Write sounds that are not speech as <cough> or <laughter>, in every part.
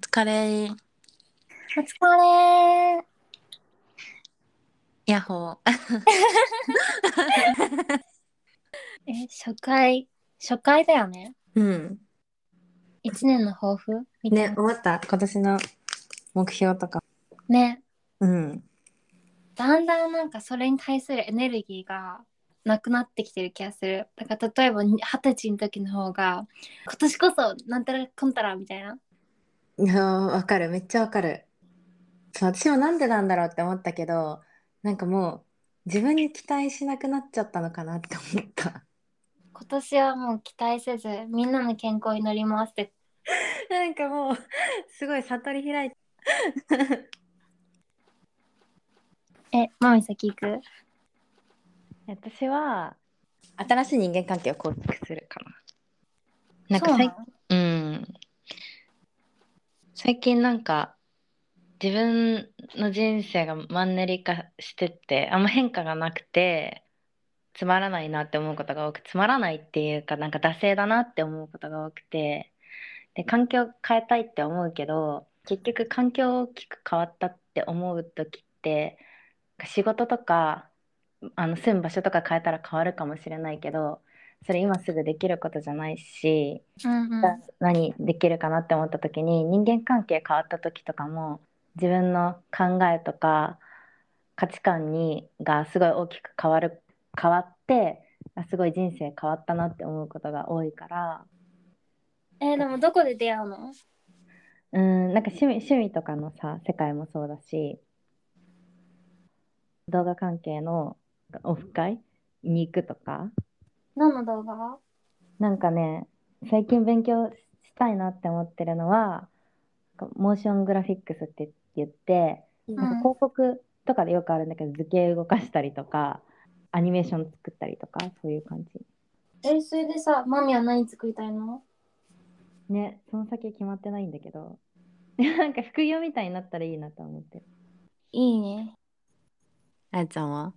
疲れ。お疲れ。ヤッホえ、初回、初回だよね。ー。うん。一年の抱負みたいね、な。思った今年の目標とか。ね。うん。だんだんなんかそれに対するエネルギーがなくなってきてる気がする。だから例えばに二十歳の時の方が、今年こそなんたらこんたらみたいな。いやーわかる。めっちゃわかる。そう、私もなんでなんだろうって思ったけど、なんかもう自分に期待しなくなっちゃったのかなって思った。今年はもう期待せず、みんなの健康に乗りますって。 <laughs> なんかもう、すごい悟り開いて。え、まみ先行く私は、新しい人間関係を構築するかな。なんかそう最うん。最近なんか自分の人生がマンネリ化してってあんま変化がなくてつまらないなって思うことが多くつまらないっていうかなんか惰性だなって思うことが多くてで環境変えたいって思うけど結局環境大きく変わったって思う時って仕事とかあの住む場所とか変えたら変わるかもしれないけどそれ今すぐできることじゃないしうんうん。何できるかなって思った時に人間関係変わった時とかも自分の考えとか価値観にがすごい大きく変わる変わってあすごい人生変わったなって思うことが多いからえでもどこで出会うのうんなんか趣味趣味とかのさ世界もそうだし動画関係のオフ会に行くとか何の動画なんかね最近勉強したいなって思ってるのはなんかモーショングラフィックスって言ってなんか広告とかでよくあるんだけど図形動かしたりとかアニメーション作ったりとかそういう感じえ、それでさ、まみは何作りたいのねその先決まってないんだけど <laughs> なんか副業みたいになったらいいなと思ってるいいね。あやちゃんは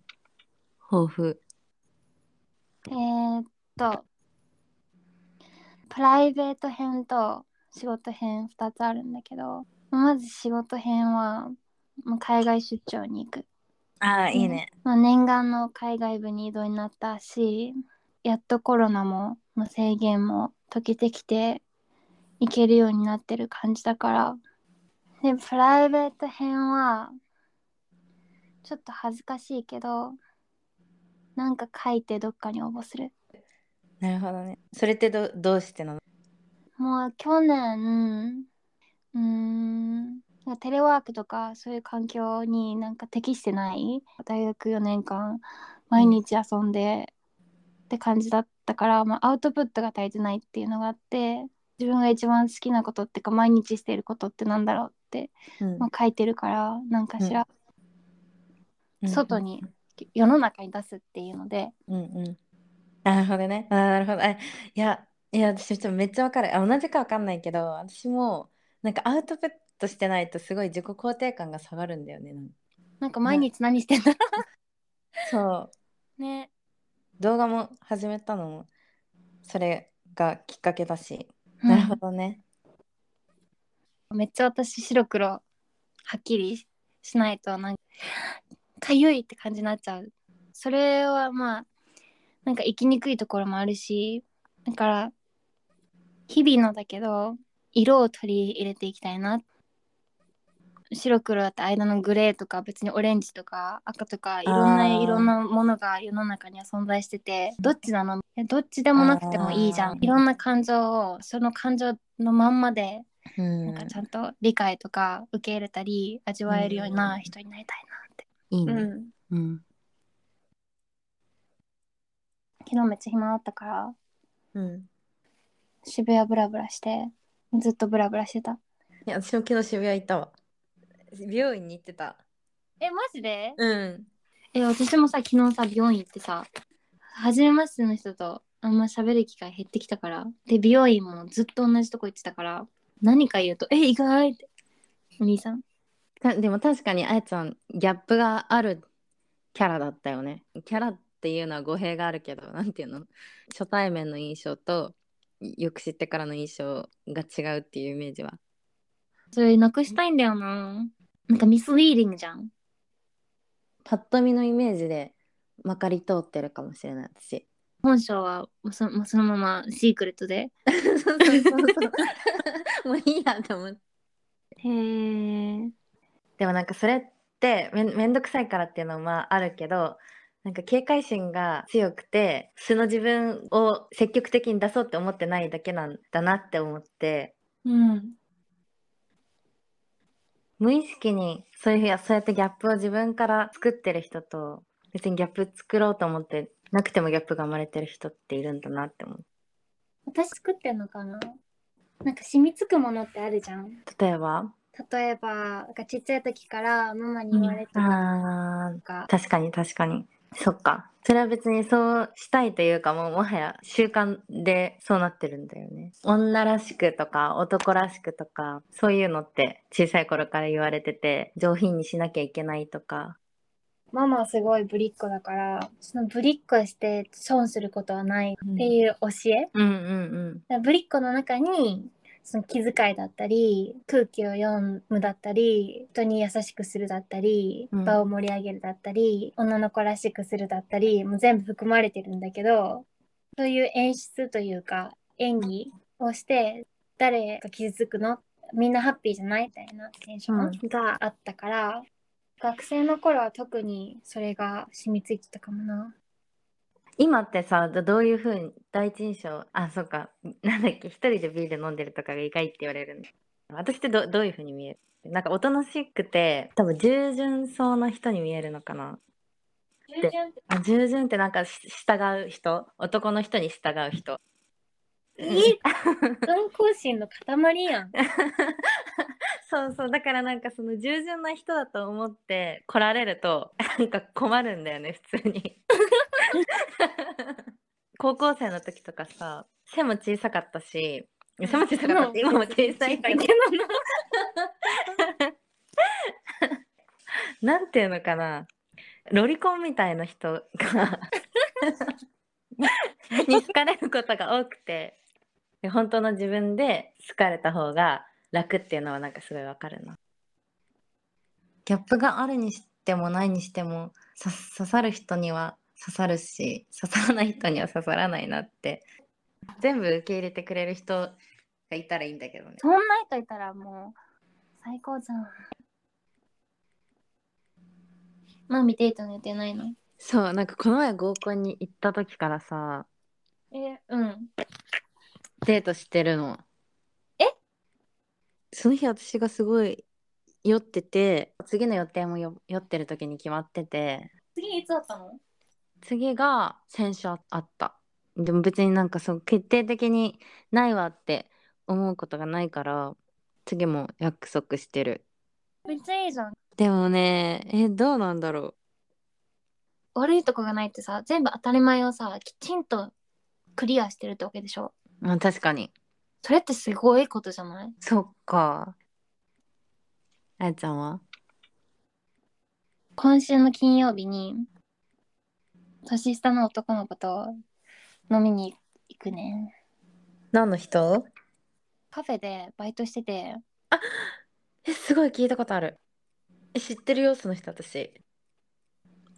抱負えーっと、プライベート編と仕事編2つあるんだけど、まず仕事編は、まあ海外出張に行く。ああいいね、まあ、念願の海外部に異動になったし、やっとコロナも、まあ制限も解けてきて、行けるようになってる感じだから。で、プライベート編は、ちょっと恥ずかしいけど、なんか書いてどっかに応募する。なるほどねそれってどどうしてなのもう去年うーんテレワークとかそういう環境になんか適してない大学4年間毎日遊んで、って感じだったから、まあ、アウトプットが足りてないっていうのがあって自分が一番好きなことっていうか毎日していることってなんだろうって、うんまあ、書いてるからなんかしら、うん外に世の中に出すっていうのでうんうん。なるほどね。あー、なるほど。あ、いや、いや、私ちょっとめっちゃわかる。あ、同じかわかんないけど、私もなんかアウトプットしてないとすごい自己肯定感が下がるんだよね。なんかなんか毎日何してんだろそう。うね動画も始めたのもそれがきっかけだし。うんなるほどね。めっちゃ私白黒はっきりしないとなんかかゆいって感じになっちゃうそれはまあなんか生きにくいところもあるしだから日々のだけど色を取り入れていきたいな白黒だって間のグレーとか別にオレンジとか赤とかいろんあなー色のものが世の中には存在しててどっちなのえどっちでもなくてもいいじゃあんーいろんな感情をその感情のまんまでうんなんかちゃんと理解とか受け入れたり味わえるような人になりたいいいな。ね。ん、うん。昨日めっちゃ暇だったからうん。渋谷ブラブラしてずっとブラブラしてた。いや、私も昨日渋谷行ったわ。美容院に行ってた。えマジでうん。え私もさ昨日さ美容院行ってさ初めましての人とあんま喋る機会減ってきたからで美容院もずっと同じとこ行ってたから何か言うと「え意外」ってお兄さん。たでも確かにあやちゃんギャップがあるキャラだったよねキャラっていうのは語弊があるけどなんていうの初対面の印象とよく知ってからの印象が違うっていうイメージはそれなくしたいんだよななんかミスリーディングじゃんパッと見のイメージでまかり通ってるかもしれない私本性はもうそもうそのままシークレットでそうそうそうそう <laughs> もういいやと思ってへえでもなんかそれってめんめんどくさいからっていうのもまああるけどなんか警戒心が強くて素の自分を積極的に出そうって思ってないだけなんだなって思ってうん無意識にそういうふうやそうやってギャップを自分から作ってる人と別にギャップ作ろうと思ってなくてもギャップが生まれてる人っているんだなって思う私作ってんのかななんか染みつくものってあるじゃん例えば例えばなんかちっちゃい時からママに言われてたなあんーか、確かに確かにそっかそれは別にそうしたいというかもうもはや習慣でそうなってるんだよね女らしくとか男らしくとかそういうのって小さい頃から言われてて上品にしなきゃいけないとかママはすごいぶりっ子だからそのぶりっ子して損することはないっていう教え、うんうんだからぶりっ子の中にその気遣いだったり空気を読むだったり人に優しくするだったりうん場を盛り上げるだったり、女の子らしくするだったりもう全部含まれてるんだけどそういう演出というか演技をして誰が傷つくのみんなハッピーじゃないみたいなテンショうんンがあったから、学生の頃は特にそれが染みついてたかもな。今ってさどどういうふうに第一印象あそっかなんだっけ一人でビール飲んでるとかが意外って言われるんだ私ってどどういうふうに見えるなんかおとなしくて多分従順そうな人に見えるのかな従あ従順ってなんかし従う人男の人に従う人 <laughs> いい反抗心の塊やん。 <laughs> そうそうだからなんかその従順な人だと思って来られるとなんか困るんだよね普通 <laughs> に高校生の時とかさ背も小さかったし背も小さかったって今も小さいけどなんていうのかなロリコンみたいな <laughs> 人がに好かれることが多くてで本当の自分で好かれた方が楽っていうのはなんかすごいわかるなギャップがあるにしてもないにしてもさ刺さる人には刺さるし刺さらない人には刺さらないなって全部受け入れてくれる人がいたらいいんだけどねそんな人いたらもう最高じゃん。まあ見ていたの予定ないのそうなんかこの前合コンに行った時からさえ、うん。デートしてるのえその日私がすごい酔ってて次の予定もよ酔ってる時に決まってて次いつだったの次が先週ああったでも別になんかそう決定的にないわって思うことがないから次も約束してるめっちゃいいじゃん。でもねえどうなんだろ悪いとこがないってさ、全部当たり前をさ、きちんとクリアしてるってわけでしょ。うあ確かにそれってすごいことじゃないそっかあやちゃんは今週の金曜日に、年下の男の子と飲みに行くね。何の人カフェでバイトしてて、えすごい聞いたことあるえ知ってるよその人私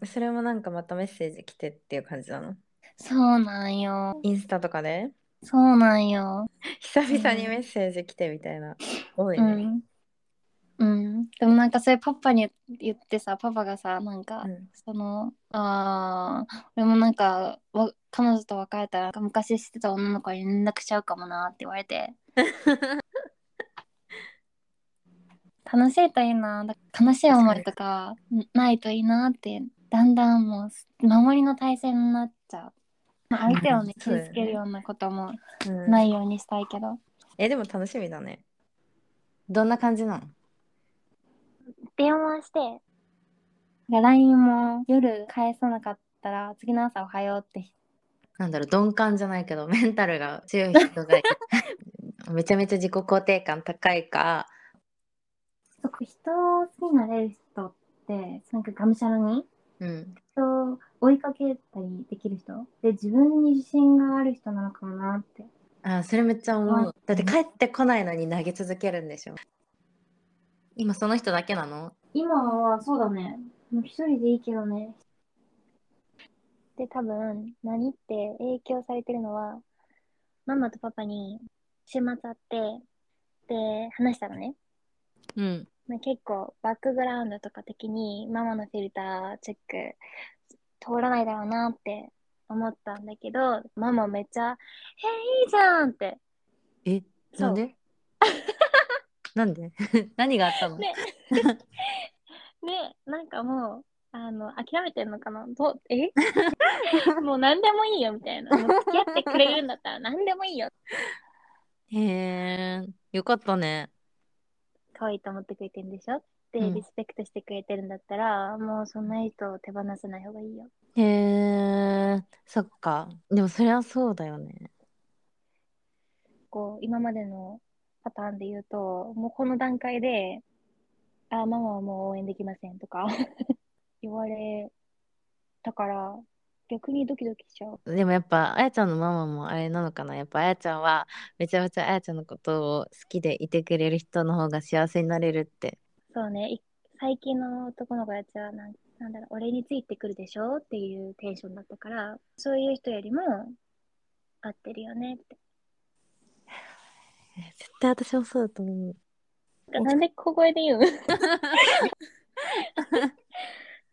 それもなんかまたメッセージ来てっていう感じなのそうなんよ。インスタとかでそうなんよ。久々にメッセージ来てみたいな、多いうね、ん、うん、でもなんかそれパパに言ってさパパがさなんか、うんそのあー俺もなんかわ彼女と別れたらなんか昔知ってた女の子に連絡しちゃうかもなって言わ <laughs> れて楽しいといいなだ悲しい思いとかないといいなってだんだんもう守りの体制になっちゃう、まあ、相手をねそうだよ傷ねつけるようなこともうんないようにしたいけど、えでも楽しみだねどんな感じなの電話して、なんか LINE も夜返さなかったら、次の朝おはようって。なんだろう鈍感じゃないけど <laughs> メンタルが強い人がい <laughs> めちゃめちゃ自己肯定感高いかそこ人を好きになれる人って、なんかがむしゃらにうん人を追いかけたりできる人で、自分に自信がある人なのかもなって。あそれめっちゃ思う、うんだって帰ってこないのに投げ続けるんでしょ今その人だけなの今はそうだね。もう一人でいいけどね。で、多分、何って影響されてるのは、ママとパパに週末会って、で、話したのね。うん。まあ、結構、バックグラウンドとか的に、ママのフィルターチェック通らないだろうなって思ったんだけど、ママめっちゃ、え、いいじゃんって。え、そうなん <laughs> でなんで <laughs> 何があったの、ねね、なんかもう、あの、諦めてんのかなどうえ <laughs> もう何でもいいよみたいな。もう付き合ってくれるんだったら何でもいいよ。へえ、よかったね。可愛いと思ってくれてるんでしょで、うんリスペクトしてくれてるんだったら、もうそんな人を手放さない方がいいよ。へえ、そっか。でもそりゃそうだよね。こう、今までのパターンで言うと、もうこの段階で、あ、ママはもう応援できませんとか <laughs> 言われたから、逆にドキドキしちゃう。でもやっぱ、あやちゃんのママもあれなのかな。やっぱあやちゃんは、めちゃめちゃあやちゃんのことを好きでいてくれる人の方が幸せになれるって。そうね、い最近の男の子たちはなん、なんだろう、俺についてくるでしょっていうテンションだったから、そういう人よりも合ってるよねって。え絶対私もそうだと思う。なんで小声で言う <laughs>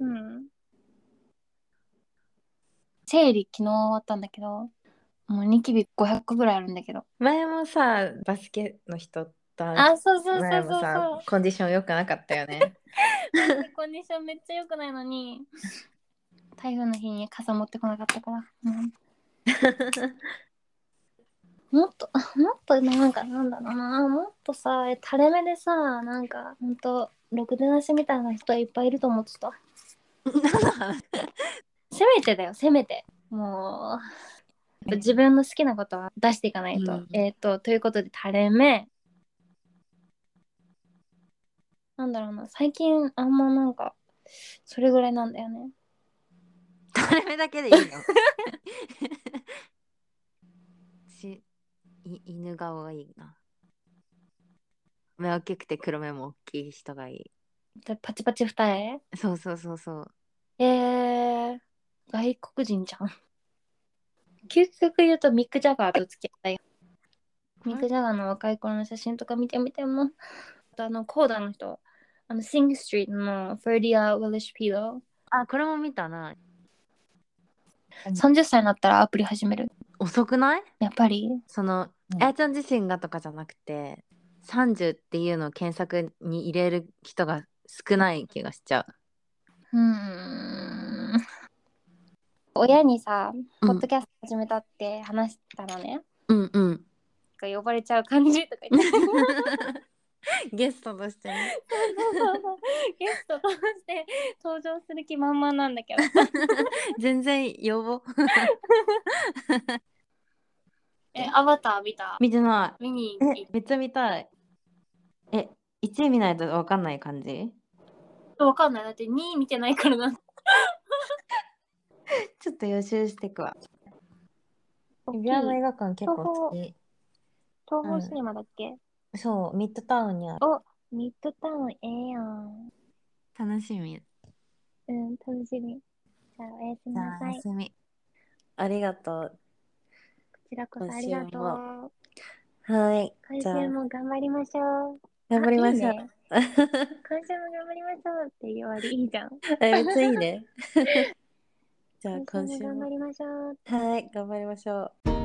うん。生理昨日終わったんだけど、もうニキビ500個ぐらいあるんだけど。前もさ、バスケの人と話しあ、そうそうそう前そもうさそ、コンディション良くなかったよ <laughs> ね。う。 <laughs> コンディションめっちゃ良くないのに、台風の日に傘持ってこなかったから。うんもっと、あもっとなんかなんだろうな、もっとさ、垂れ目でさ、なんかほんと、ろくでなしみたいな人いっぱいいると思ってた。せめてだよ、せめて。もう、自分の好きなことは出していかないと。うんえっ、と、ということで、垂れ目。なんだろうな、最近あんまなんか、それぐらいなんだよね。垂れ目だけ <laughs> でいいの私い犬顔がいいな目大きくて黒目も大きい人がいいでパチパチ二重そうそうそうそうえー、外国人じゃん。究極言うとミック・ジャガーと付き合ったミック・ジャガーの若い頃の写真とか見てみても、あとあの、コーダの人、あの、シング・ストリートのフェリア・ウィリッシュ・ピード、あこれも見たな30歳になったらアプリ始める。遅くないやっぱりその、うんあやちゃん自身がとかじゃなくて30っていうのを検索に入れる人が少ない気がしちゃうーん。親にさ、う、ポッドキャスト始めたって話したのね。うんうんなんか呼ばれちゃう感じとか言って。 <laughs> ゲストとしてね <laughs> ゲストとして登場する気満々なんだ <laughs> けど。全然要望え、アバター見た見てない見に行えき、めっちゃ見たい。え、1位見ないとわかんない感じわかんない。だって2位見てないからな。ちょっと予習してくわ。指輪の映画館結構好き。東う方んシネマだっけ、そう、ミッドタウンにある。ミッドタウンええやん。楽しみ。うん、楽しみ。じゃあ、おやすみじなゃあ、さい。こ休み。ありがとう。ちらこそありがとう。はい。週今週もも頑張りましょう。頑張りましょう。あい <laughs> いね今週も頑張りましょうって言われいいじゃん。えめっ <laughs> ちゃいいね。じゃあ、今今週週も頑張も。りましょう。はい、頑張りましょう。